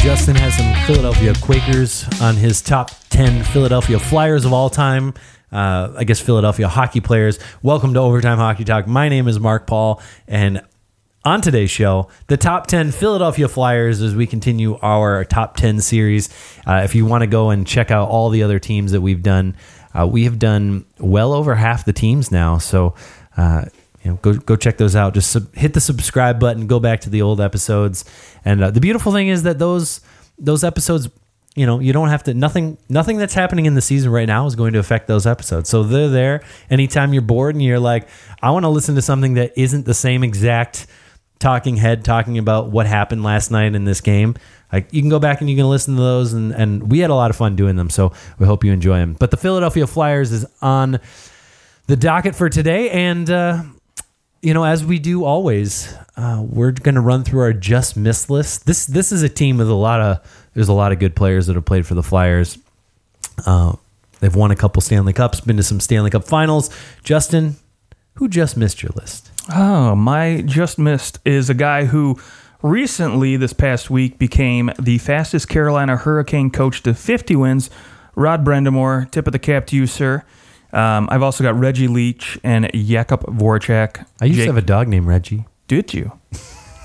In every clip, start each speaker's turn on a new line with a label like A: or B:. A: Jackson has some Philadelphia Quakers on his top 10 Philadelphia Flyers of all time. Uh, I guess Philadelphia hockey players. Welcome to Overtime Hockey Talk. My name is Mark Paul, and on today's show, the top 10 Philadelphia Flyers as we continue our top 10 series. Uh, if you want to go and check out all the other teams that we've done, uh, we have done well over half the teams now. So, uh, you know, go go check those out. Just sub- hit the subscribe button. Go back to the old episodes. And uh, the beautiful thing is that those those episodes, you know, you don't have to nothing nothing that's happening in the season right now is going to affect those episodes. So they're there anytime you're bored and you're like, I want to listen to something that isn't the same exact talking head talking about what happened last night in this game. Like you can go back and you can listen to those, and and we had a lot of fun doing them. So we hope you enjoy them. But the Philadelphia Flyers is on the docket for today, and. Uh, you know, as we do always, uh, we're going to run through our just miss list. This this is a team with a lot of there's a lot of good players that have played for the Flyers. Uh, they've won a couple Stanley Cups, been to some Stanley Cup Finals. Justin, who just missed your list?
B: Oh, my just missed is a guy who recently, this past week, became the fastest Carolina Hurricane coach to 50 wins. Rod Brendamore, tip of the cap to you, sir. Um, I've also got Reggie Leach and Jakub Voracek.
A: I used
B: Jake-
A: to have a dog named Reggie.
B: Did you?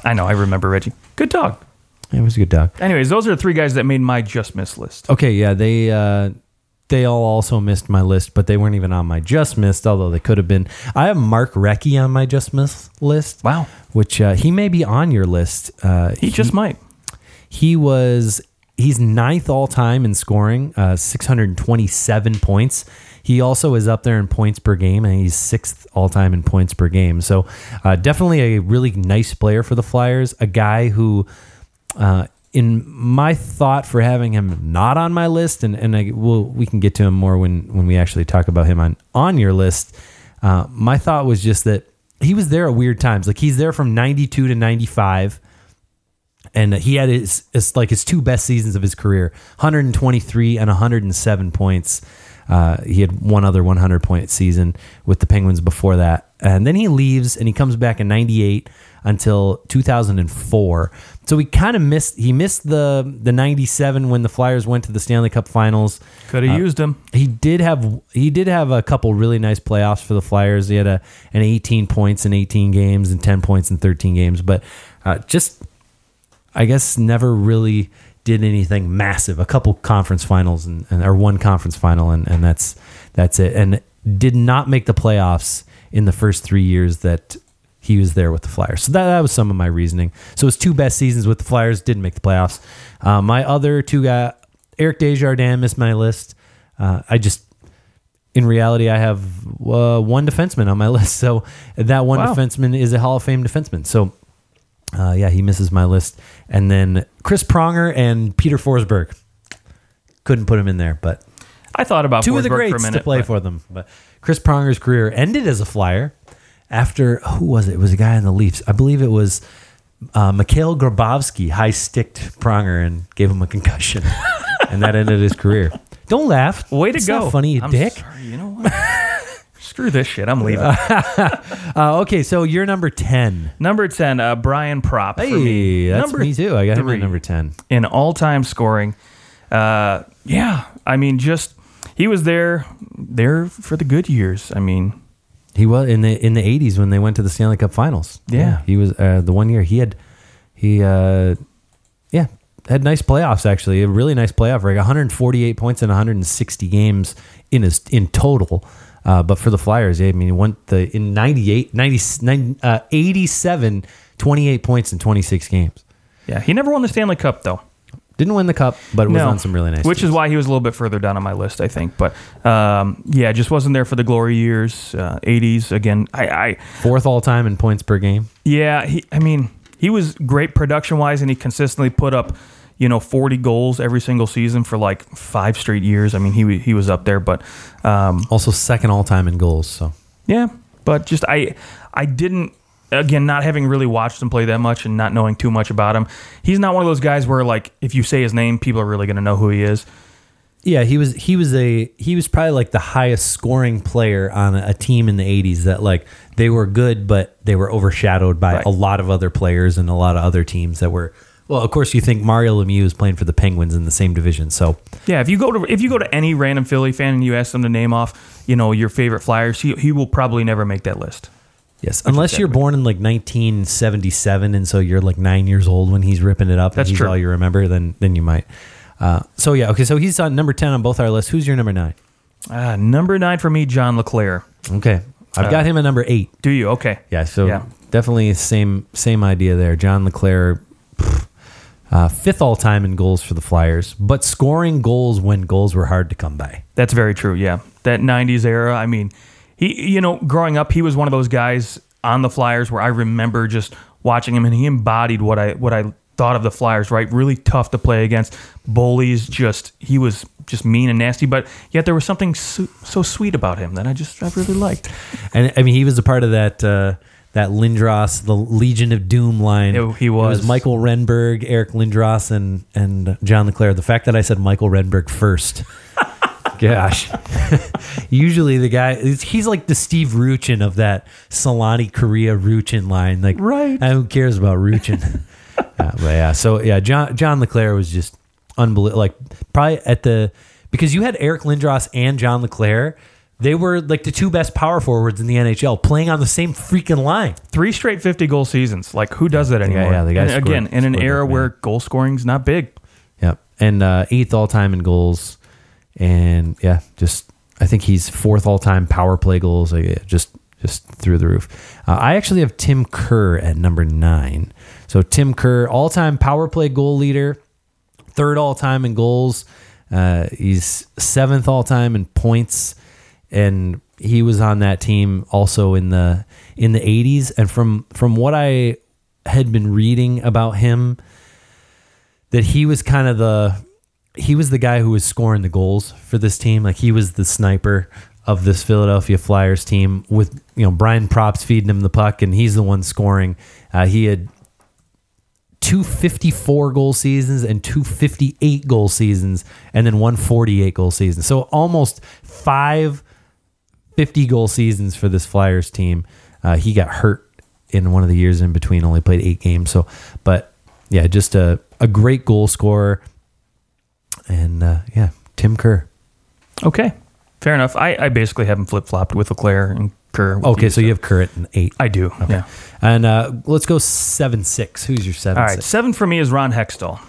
B: I know, I remember Reggie. Good dog.
A: It was a good dog.
B: Anyways, those are the three guys that made my just miss list.
A: Okay, yeah, they uh, they all also missed my list, but they weren't even on my just missed, although they could have been. I have Mark Recchi on my just miss list.
B: Wow.
A: Which uh, he may be on your list. Uh,
B: He just might.
A: He was he's ninth all time in scoring, uh, 627 points. He also is up there in points per game, and he's sixth all time in points per game. So uh, definitely a really nice player for the Flyers. A guy who. Uh, in my thought for having him not on my list, and and I, we'll, we can get to him more when when we actually talk about him on on your list. Uh, my thought was just that he was there at weird times. Like he's there from ninety two to ninety five and he had his, his like his two best seasons of his career 123 and 107 points uh, he had one other 100 point season with the penguins before that and then he leaves and he comes back in 98 until 2004 so he kind of missed he missed the the 97 when the flyers went to the stanley cup finals
B: Could have used him.
A: he did have he did have a couple really nice playoffs for the Flyers. He had a an 18 points in 18 games and 10 points in 13 games, but uh, just I guess never really did anything massive. A couple conference finals and, and or one conference final and, and that's that's it. And did not make the playoffs in the first three years that he was there with the Flyers. So that, that was some of my reasoning. So his two best seasons with the Flyers didn't make the playoffs. Uh, my other two guys, Eric Desjardins missed my list. Uh, I just, in reality, I have uh, one defenseman on my list. So that one
B: Wow.
A: defenseman is a Hall of Fame defenseman. So uh, yeah, he misses my list. And then Chris Pronger and Peter Forsberg. Couldn't put him in there, but
B: I thought about
A: two of the
B: Forsberg
A: greats
B: for a minute,
A: to play
B: but-
A: for them. But Chris Pronger's career ended as a flyer after who was it? It was a guy in the Leafs. I believe it was uh, Mikhail Grabowski high sticked Pronger and gave him a concussion, and that ended his career. Don't laugh.
B: Way to
A: It's
B: go.
A: not funny, you
B: I'm
A: dick.
B: sorry, you know what? Screw this shit. I'm leaving.
A: Uh, okay, so you're number ten.
B: Number 10, uh, Brian Prop. for
A: Hey, that's
B: Number
A: me too. I got him
B: three
A: at number ten.
B: In all time scoring. Uh, yeah. I mean, just he was there there for the good years. I mean,
A: He was in the in the eighties when they went to the Stanley Cup Finals.
B: Yeah.
A: he was uh, the one year he had he uh, yeah had nice playoffs actually a really nice playoff record 148 points in 160 games in his in total. Uh, but for the Flyers, yeah, I mean, he went the in 98, 90, nine- uh, 87, 28 points in 26 games.
B: yeah. He never won the Stanley Cup, though.
A: Didn't win the cup, but was
B: no,
A: on some really nice.
B: Which is why he was a little bit further down on my list, I think. But um, yeah, just wasn't there for the glory years, uh, 80s. Again, I, I
A: fourth all time in points per game.
B: Yeah, he, I mean, he was great production wise, and he consistently put up, you know, 40 goals every single season for like five straight years. I mean, he wa- he was up there, but um,
A: Also second all time in goals. So
B: yeah, but just I I didn't again not having really watched him play that much and not knowing too much about him. He's not one of those guys where like if you say his name, people are really gonna know who he is.
A: Yeah, he was he was a he was probably like the highest scoring player on a, a team in the 80s that like they were good but they were overshadowed by
B: Right.
A: a lot of other players and a lot of other teams that were Well, of course, you think Mario Lemieux is playing for the Penguins in the same division. So,
B: Yeah, if you go to if you go to any random Philly fan and you ask them to name off, you know, your favorite Flyers, he, he will probably never make that list.
A: yes, unless you're born in like 1977, and so you're like nine years old when he's ripping it up,
B: That's
A: and he's
B: true.
A: all you remember, then then you might. Uh, so yeah, okay. So he's on number ten on both our lists. Who's your number nine?
B: Ah, number nine for me, John LeClaire.
A: Okay, I've
B: Uh,
A: got him at number eight.
B: Do you? Okay.
A: Yeah, so
B: Yeah.
A: definitely same same idea there. John LeClaire, pff, uh, fifth all time in goals for the Flyers, but scoring goals when goals were hard to come by.
B: That's very true. Yeah. That 90s era. I mean, he, you know, growing up, he was one of those guys on the Flyers where I remember just watching him and he embodied what I, what I thought of the Flyers, right? Really tough to play against. Bullies, just, he was just mean and nasty, but yet there was something so, so sweet about him that I just, I really liked.
A: And I mean, he was a part of that uh, that Lindros, the Legion of Doom line.
B: Yeah, he
A: It
B: was.
A: Michael Renberg, Eric Lindros, and and John LeClaire. The fact that I said Michael Renberg first. Gosh, usually the guy he's like the Steve Ruchin of that Solani Korea Ruchin line. Like,
B: Right.
A: Uh, Who cares about Ruchin? uh, but yeah, so yeah, John John Leclaire was just unbelievable. Like probably at the because you had Eric Lindros and John Leclaire, they were like the two best power forwards in the NHL playing on the same freaking line.
B: Three straight 50 goal seasons. Like, who does that anymore?
A: yeah, the guy
B: And
A: scored-
B: again, in an
A: scored
B: era
A: that,
B: where goal scoring's not big.
A: Yep, and uh, eighth all time in goals, and yeah, just I think he's fourth all time power play goals. Like, yeah, just just through the roof. Uh, I actually have Tim Kerr at number nine. So Tim Kerr, all time power play goal leader, third all time in goals. Uh, he's seventh all time in points, and he was on that team also in the in the eighties. And from from what I had been reading about him, that he was kind of the he was the guy who was scoring the goals for this team. Like he was the sniper of this Philadelphia Flyers team with you know Brian Props feeding him the puck and he's the one scoring. Uh, he had two 54 goal seasons and two 58 goal seasons and then one 48 goal season. So almost five 50 goal seasons for this Flyers team. Uh, he got hurt in one of the years in between, only played eight games. So, but yeah, just a, a great goal scorer. And uh, yeah, Tim Kerr.
B: Okay. Fair enough. I, I basically have him flip flopped with Leclaire and Kerr. with
A: Okay, so you have Kerr at an eight.
B: I do. Yeah.
A: And uh, let's go 7 6. Who's your 7
B: All right.
A: 6?
B: Seven for me is Ron Hextall.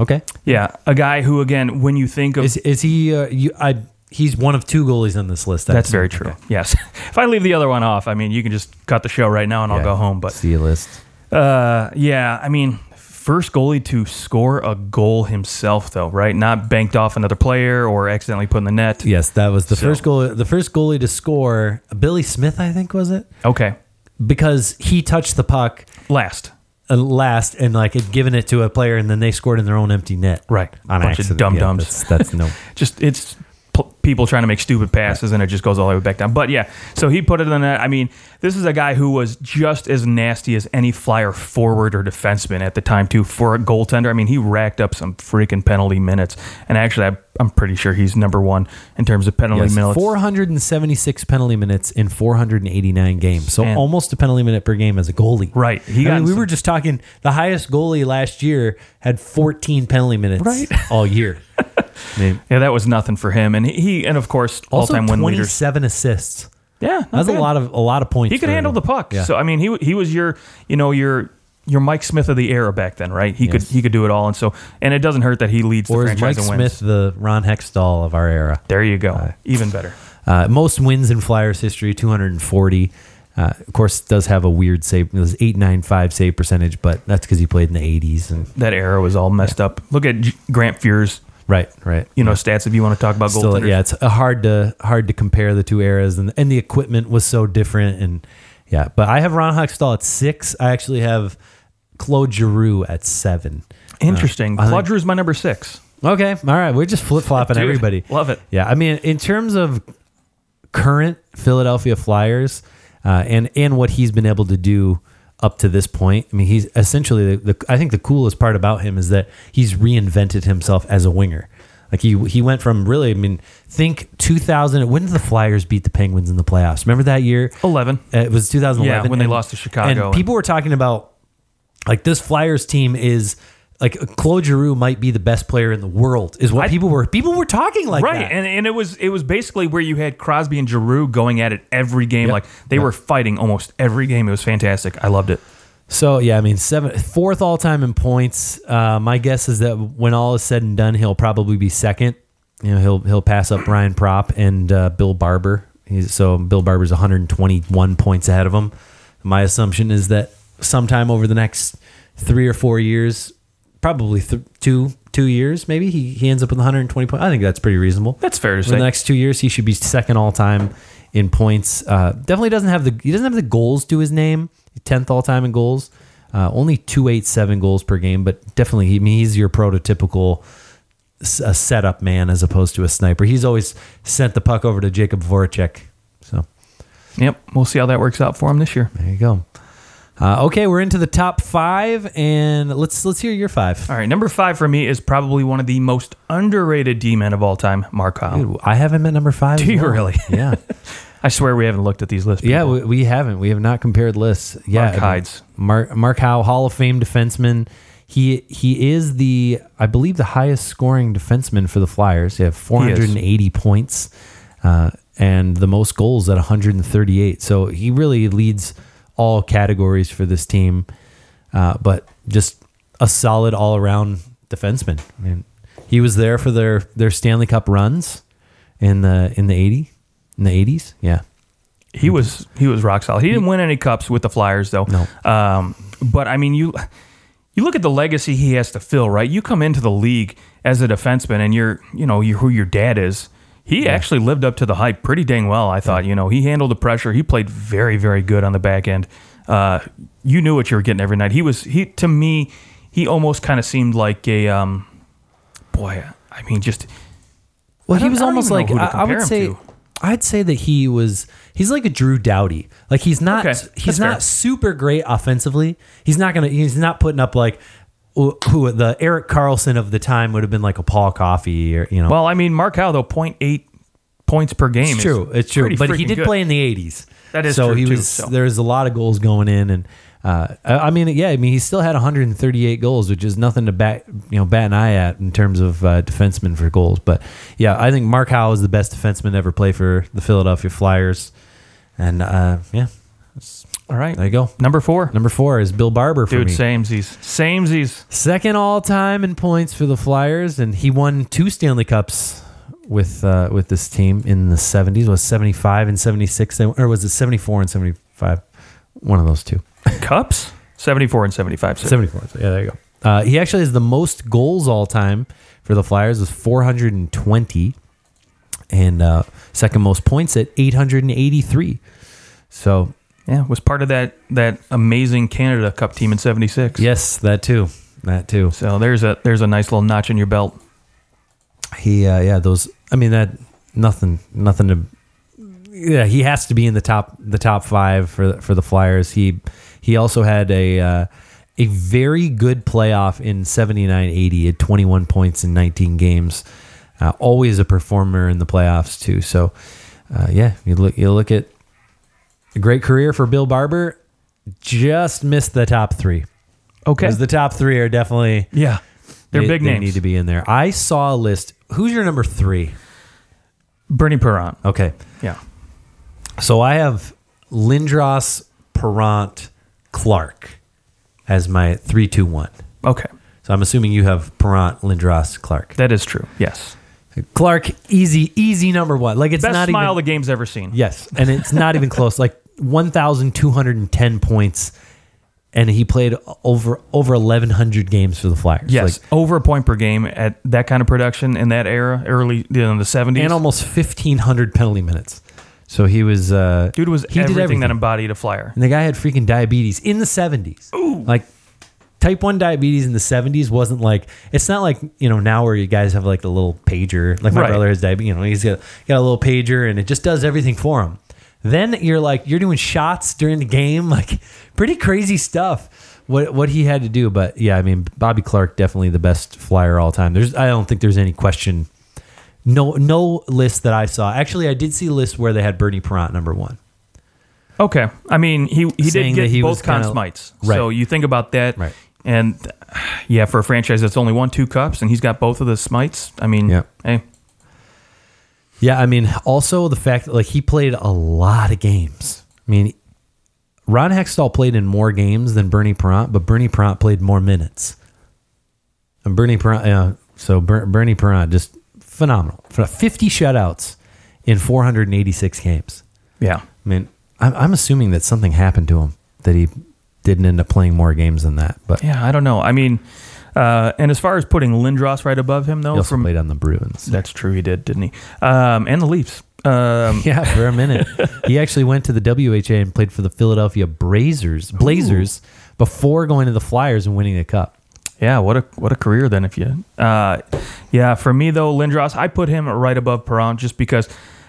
A: Okay.
B: Yeah. A guy who, again, when you think of.
A: Is, is he, uh, you, I, he's one of two goalies on this list. I
B: that's
A: assume.
B: very true. Yes. if I leave the other one off, I mean, you can just cut the show right now and I'll
A: Yeah.
B: go home. But
A: See you list.
B: uh, yeah, I mean, first goalie to score a goal himself, though, right? Not banked off another player or accidentally put in the net.
A: Yes, that was the
B: So-
A: first goal. The first goalie to score, Billy Smith, I think, was it?
B: Okay.
A: Because he touched the puck
B: Last.
A: uh, last and like had given it to a player and then they scored in their own empty net.
B: Right.
A: On
B: Bunch of
A: accident.
B: dumb
A: Yeah,
B: dumbs.
A: that's, that's no.
B: just it's pl- people trying to make stupid passes and it just goes all the way back down. But yeah, so he put it in that. I mean, this is a guy who was just as nasty as any flyer forward or defenseman at the time too for a goaltender. I mean, he racked up some freaking penalty minutes, and actually, I, I'm pretty sure he's number one in terms of penalty
A: Yes,
B: minutes.
A: 476 penalty minutes in 489 games. So
B: Man.
A: almost a penalty minute per game as a goalie.
B: Right. He
A: I
B: got
A: mean, we
B: some-
A: were just talking the highest goalie last year had 14 penalty minutes
B: Right.
A: all year. I mean,
B: Yeah, that was nothing for him, and he and of course
A: also
B: all-time win leaders.
A: 27 assists.
B: Yeah, not
A: That's a
B: bad.
A: lot of a lot of points.
B: He could
A: for-
B: handle the puck.
A: Yeah.
B: So I mean, he he was your you know your your Mike Smith of the era back then, right? He could
A: Yes.
B: he could do it all, and so and it doesn't hurt that he leads
A: or
B: the
A: is Mike
B: franchise and wins.
A: Smith the Ron Hextall of our era?
B: There you go, even better.
A: Uh, most wins in Flyers history, 240. Uh, of course, does have a weird save. It was 895 save percentage, but that's because he played in the 80s. And
B: That era was all messed up. Look at G- Grant Fuhr's
A: right, right.
B: you know stats if you want to talk about
A: Still,
B: goaltenders.
A: yeah, it's uh, hard to hard to compare the two eras, and and the equipment was so different. And yeah, but I have Ron Hextall at six. I actually have Claude Giroux at seven.
B: Interesting.
A: I think-
B: Claude Drew's my number six.
A: Okay, all right, we're just flip flopping
B: Dude,
A: everybody.
B: love it.
A: Yeah, I mean, in terms of current Philadelphia Flyers uh, and and what he's been able to do up to this point, I mean, he's essentially the, the I think the coolest part about him is that he's reinvented himself as a winger. Like he he went from really, I mean, think 2000. When did the Flyers beat the Penguins in the playoffs? Remember that year?
B: Eleven.
A: Uh, It was 2011.
B: Yeah, when they
A: and-
B: lost to Chicago
A: And
B: and-
A: people were talking about like this Flyers team is like Claude Giroux might be the best player in the world is what
B: I-
A: people were people were talking like
B: Right,
A: that.
B: and, and it was it was basically where you had Crosby and Giroux going at it every game. Like they were fighting almost every game. It was fantastic. I loved it.
A: so yeah, I mean seven fourth all time in points. Uh, my guess is that when all is said and done, he'll probably be second. You know, he'll he'll pass up Brian Prop and uh, Bill Barber. He's, so Bill Barber's 121 points ahead of him. My assumption is that sometime over the next three or four years, probably th- two two years, maybe he, he ends up with 120 points. I think that's pretty reasonable.
B: That's fair to
A: For the
B: say.
A: next two years, he should be second all time in points. Uh, definitely doesn't have the he doesn't have the goals to his name. Tenth all time in goals, uh, only two eight seven goals per game. But definitely, he, I mean, he's your prototypical s- a setup man as opposed to a sniper. He's always sent the puck over to Jacob Voracek. So
B: Yep, we'll see how that works out for him this year.
A: there you go. Uh, okay, we're into the top five, and let's let's hear your five.
B: All right, number five for me is probably one of the most underrated D men of all time, Mark Howe.
A: Dude, I have him at number five.
B: Do
A: as
B: you
A: well.
B: really?
A: Yeah,
B: I swear we haven't looked at these lists.
A: yeah.
B: people.
A: We, we haven't. We have not compared lists. Yeah,
B: Mark Hydes.
A: Mark Mark Howe, Hall of Fame defenseman. He he is the I believe the highest scoring defenseman for the Flyers. They have 480 points uh, and the most goals at 138. So he really leads all categories for this team. Uh, but just a solid all around defenseman. I mean, he was there for their their Stanley Cup runs in the in the 80 in the 80s. Yeah.
B: He was he was rock solid. He didn't win any cups with the Flyers though.
A: No.
B: Um, but I mean you you look at the legacy he has to fill, right? You come into the league as a defenseman and you're you know, you're who your dad is. He actually lived up to the hype pretty dang well, I thought. You know, he handled the pressure. He played very, very good on the back end. Uh, you knew what you were getting every night. He was he to me, he almost kind of seemed like a um, boy, I mean just
A: Well,
B: I
A: he
B: don't-
A: was
B: I don't
A: almost
B: even know
A: like
B: who to
A: I, I
B: compare
A: would
B: him
A: say
B: to.
A: I'd say that he was he's like a Drew Doughty. Like he's not
B: Okay,
A: he's
B: that's
A: not
B: fair.
A: super great offensively. He's not gonna he's not putting up like who who the Eric Carlson of the time would have been like a Paul Coffey or you know.
B: Well, I mean Mark Howe though, 0.8 points per game.
A: it's
B: is
A: true, it's true.
B: pretty
A: But he
B: freaking
A: did
B: good.
A: play in the '80s.
B: That is
A: so
B: true,
A: he
B: too,
A: was
B: so.
A: there's a lot of goals going in and. Uh, I I mean, yeah. I mean, he still had 138 goals, which is nothing to bat, you know, bat an eye at in terms of uh, defensemen for goals. But yeah, I think Mark Howe is the best defenseman to ever play for the Philadelphia Flyers, and uh, yeah,
B: All right.
A: there you go.
B: Number four.
A: Number four is Bill Barber for
B: Dude,
A: me.
B: samesies. Samesies.
A: Second all time in points for the Flyers, and he won two Stanley Cups with uh, with this team in the seventies. Was seventy five and seventy six, or was it seventy four and seventy five? One of those two.
B: Cups? 74 and 75. sir.
A: Seventy four. Yeah, there you go. Uh, he actually has the most goals all time for the Flyers, is four hundred and twenty, and uh, second most points at eight hundred and eighty three. So
B: Yeah, was part of that that amazing Canada Cup team in 76.
A: yes, that too. That too.
B: So there's a there's a nice little notch in your belt.
A: he uh, yeah those i mean that nothing nothing to yeah he has to be in the top the top five for the- for the flyers he he also had a uh, a very good playoff in 79 80 at 21 points in 19 games uh, always a performer in the playoffs too so uh, yeah you look you look at a great career for bill barber just missed the top three
B: Okay.
A: because the top three are definitely
B: yeah. They're
A: they-
B: big
A: they
B: names.
A: need to be in there i saw a list who's your number three
B: Bernie Perron.
A: Okay.
B: Yeah.
A: So I have Lindros, Perrant, Clark as my three, two, one.
B: Okay.
A: So I'm assuming you have Perrant, Lindros, Clark.
B: That is true. Yes.
A: Clark, easy, easy number one. Like it's
B: Best
A: not
B: smile
A: even
B: the game's ever seen.
A: yes, and it's not even close. Like 1,210 points, and he played over over 1,100 games for the Flyers.
B: Yes.
A: Like,
B: Over a point per game at that kind of production in that era, early you know, in the 70s.
A: and almost 1,500 penalty minutes. So he was uh,
B: Dude was
A: he did
B: everything,
A: everything.
B: that embodied a flyer.
A: And the guy had freaking diabetes in the 70s. Like type 1 diabetes in the 70s wasn't like it's not like, you know, now where you guys have like the little pager. Like my
B: Right.
A: brother has diabetes, you know, he's got, got a little pager and it just does everything for him. Then you're like you're doing shots during the game, like pretty crazy stuff. What what he had to do, but yeah, I mean Bobby Clark definitely the best flyer all time. There's I don't think there's any question. No no list that I saw. Actually, I did see lists where they had Bernie Perrant number 1.
B: Okay, I mean he he
A: Saying
B: did
A: that
B: get
A: he was
B: both con
A: kinda-
B: smites,
A: Right.
B: so you think about that.
A: Right.
B: And yeah, for a franchise that's only won two cups and he's got both of the smites, I mean,
A: Yep.
B: hey,
A: Yeah, I mean, also the fact that like he played a lot of games. I mean, Ron Hextall played in more games than Bernie Perrant, but Bernie Perrant played more minutes. And Bernie Perrant, uh, so Ber- Bernie Perrant just phenomenal. Ph- Fifty shutouts in 486 games.
B: yeah.
A: I mean, I'm, I'm assuming that something happened to him that he didn't end up playing more games than that. But
B: Yeah, I don't know. I mean, uh, and as far as putting Lindros right above him,
A: he
B: though,
A: also
B: from
A: played on the Bruins.
B: that's true, he did, didn't he? Um, and the Leafs. Um,
A: Yeah, for a minute. he actually went to the WHA and played for the Philadelphia Blazers, Blazers before going to the Flyers and winning the cup.
B: yeah, what a what a career then if you. Uh, yeah, for me though, Lindros, I put him right above Perron just because,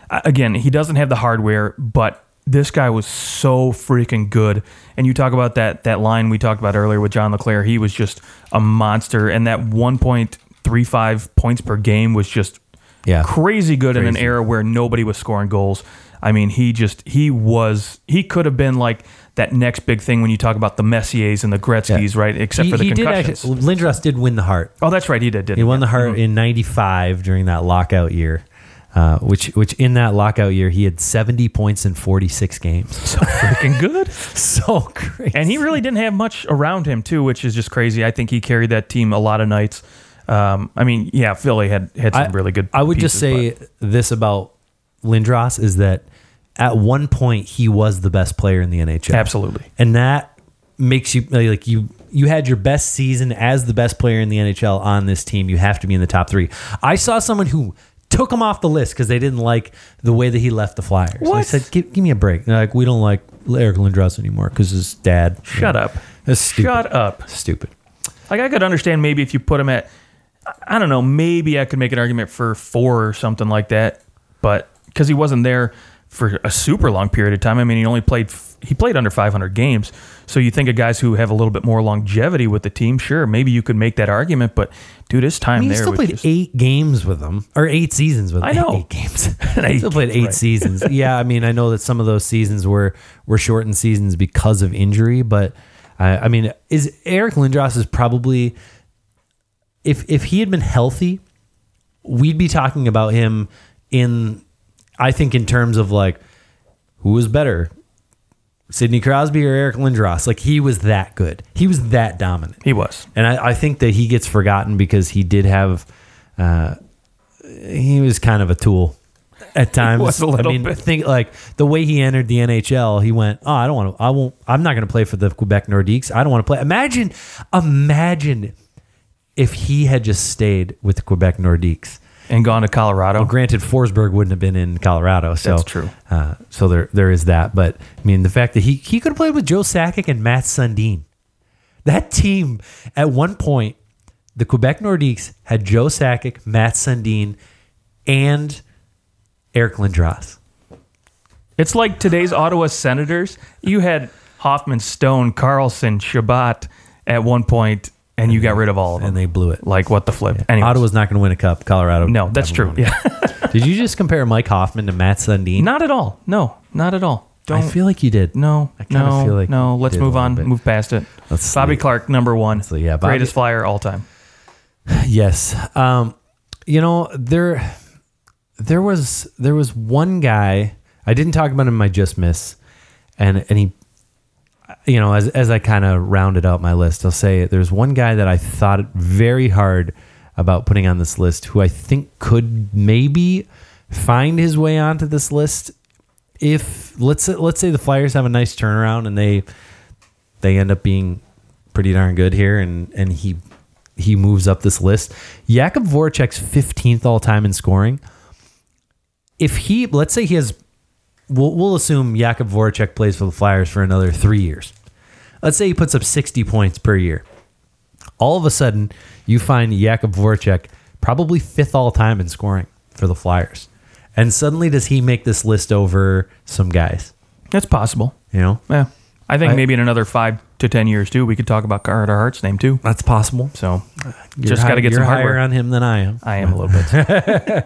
B: uh, again, he doesn't have the hardware, but this guy was so freaking good. And you talk about that that line we talked about earlier with John LeClaire. He was just a monster, and that one point three five points per game was just
A: Yeah.
B: crazy good in an
A: Crazy.
B: era where nobody was scoring goals. I mean, he just he was he could have been like that next big thing when you talk about the Messiers and the Gretzky's, right? Except
A: He,
B: for the
A: he did
B: concussions. Mm-hmm.
A: actually, Lindros did win the heart.
B: oh, that's right, he did. Didn't
A: He won the
B: Yeah.
A: heart in 95 during that lockout year. Uh, which, which in that lockout year, he had 70 points in 46 games.
B: So freaking good.
A: so crazy.
B: And he really didn't have much around him too, which is just crazy. I think he carried that team a lot of nights. Um, I mean, yeah, Philly had had some really good.
A: I would just say
B: pieces,
A: this about Lindros is that at one point he was the best player in the NHL.
B: Absolutely.
A: And that makes you like you you had your best season as the best player in the NHL on this team. You have to be in the top 3. I saw someone who took him off the list cuz they didn't like the way that he left the Flyers. And I
B: What?
A: said, give, "Give me a break." And they're like, "We don't like Eric Lindros anymore cuz his dad."
B: but- shut up,
A: That's stupid.
B: shut up.
A: Stupid.
B: Like I could understand maybe if you put him at, I- I don't know, maybe I could make an argument for four or something like that, but because he wasn't there for a super long period of time. I mean, he only played f- he played under 500 games. So you think of guys who have a little bit more longevity with the team, sure, maybe you could make that argument, but dude, his time
A: I mean, he
B: there
A: still
B: was
A: played
B: just-
A: eight games with them, or eight seasons with them.
B: I know.
A: eight, games.
B: Eight,
A: still played eight
B: right.
A: seasons. Yeah, I mean, I know that some of those seasons were were shortened seasons because of injury, but I, I mean, is Eric Lindros is probably if if he had been healthy, we'd be talking about him in I think in terms of like who was better, Sidney Crosby or Eric Lindros? Like he was that good. He was that dominant.
B: he was.
A: And I, I think that he gets forgotten because he did have, uh, he was kind of a tool at times.
B: was a little
A: I mean,
B: bit.
A: think like the way he entered the NHL, he went, oh, I don't want to, I won't, I'm not going to play for the Quebec Nordiques. I don't want to play. Imagine, imagine if he had just stayed with the Quebec Nordiques.
B: and gone to Colorado.
A: Granted, Forsberg wouldn't have been in Colorado, so
B: That's true.
A: Uh, so there, there is that. But I mean, the fact that he he could have played with Joe Sakic and Matt Sundin. That team at one point, the Quebec Nordiques had Joe Sakic, Matt Sundin, and Eric Lindros.
B: It's like today's Ottawa Senators. You had Hoffman, Stone, Carlson, Shabbat at one point, and you got rid of all of them.
A: And they blew it.
B: like what the flip? Anyways,
A: Ottawa's not going to win a cup. Colorado.
B: no, that's true.
A: definitely
B: Yeah,
A: won't. Did you just compare Mike Hoffman to Matt Sundin?
B: not at all. No, not at all.
A: I
B: Don't.
A: feel like you did.
B: no,
A: I kinda
B: no,
A: feel like
B: no.
A: you
B: Let's
A: did a
B: move
A: little
B: on.
A: bit.
B: Move past it.
A: Let's
B: Bobby
A: see.
B: Clark, number one.
A: So, yeah, Bobby-
B: greatest flyer all time.
A: Yes. Um, you know there, there was there was one guy I didn't talk about him. in my just miss, and and he, you know, as as I kind of rounded out my list, I'll say there's one guy that I thought very hard about putting on this list, who I think could maybe find his way onto this list if let's say, let's say the Flyers have a nice turnaround and they they end up being pretty darn good here, and and he he moves up this list. Jakub Voracek's 15th all time in scoring. If he let's say he has, we'll, we'll assume Jakub Voracek plays for the Flyers for another three years. Let's say he puts up 60 points per year. All of a sudden, you find Jakub Voracek probably fifth all time in scoring for the Flyers, and suddenly does he make this list over some guys?
B: That's possible.
A: You know,
B: Yeah, I think
A: I-
B: maybe in another five to ten years too, we could talk about Carter Hart's name too.
A: that's possible.
B: So
A: You're
B: just got to
A: hi-
B: get
A: you're
B: some
A: higher
B: hardware.
A: on him than Uh, I am.
B: I am a little bit.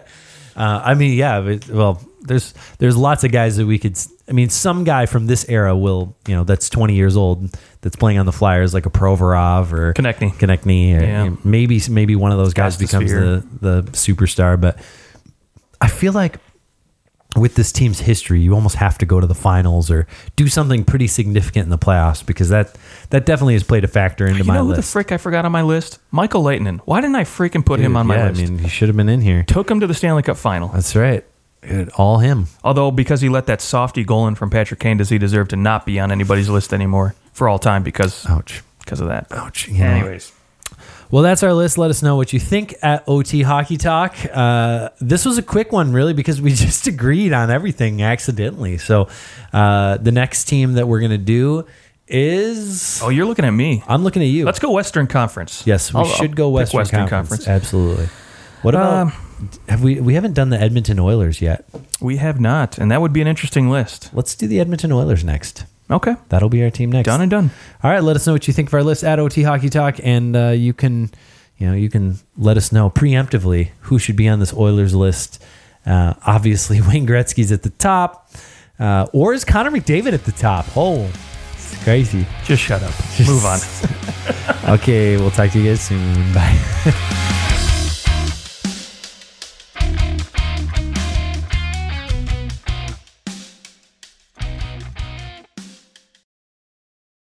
A: Uh, I mean, yeah. But, well, there's there's lots of guys that we could. s- I mean, some guy from this era will you know that's 20 years old that's playing on the Flyers like a Provorov or
B: Konechny.
A: Konechny, or
B: Yeah.
A: you know, maybe maybe one of those guys becomes
B: Gostasphere.
A: the the superstar. But I feel like with this team's history, you almost have to go to the finals or do something pretty significant in the playoffs because that that definitely has played a factor into
B: You
A: my
B: know who the
A: list.
B: frick I forgot on my list? Michael Leitinen. Why didn't I freaking put him on my
A: yeah,
B: list?
A: I mean, he should have been in here.
B: Took him to the Stanley Cup final.
A: That's right. Dude, all him.
B: Although, because he let that softy goal in from Patrick Kane, does he deserve to not be on anybody's list anymore for all time because
A: Ouch.
B: because of that?
A: Ouch. You know.
B: Anyways,
A: Well, that's our list. Let us know what you think at OT Hockey Talk. Uh, this was a quick one, really, because we just agreed on everything accidentally. So uh, the next team that we're going to do is.
B: oh, you're looking at me.
A: I'm looking at you.
B: Let's go Western Conference.
A: Yes, we
B: I'll- I'll
A: should go
B: pick
A: Western, Conference. Absolutely. What about
B: Um,
A: have we? We haven't done the Edmonton Oilers yet.
B: We have not, and that would be an interesting list.
A: Let's do the Edmonton Oilers next.
B: Okay,
A: That'll be our team next.
B: done and done.
A: All right, let us know what you think of our list at OT Hockey Talk, and uh, you can, you know, you can let us know preemptively who should be on this Oilers list. Uh, obviously, Wayne Gretzky's at the top, uh, or is Connor McDavid at the top? Oh, it's crazy.
B: Just shut up. Move on.
A: okay, we'll talk to you guys soon. Bye.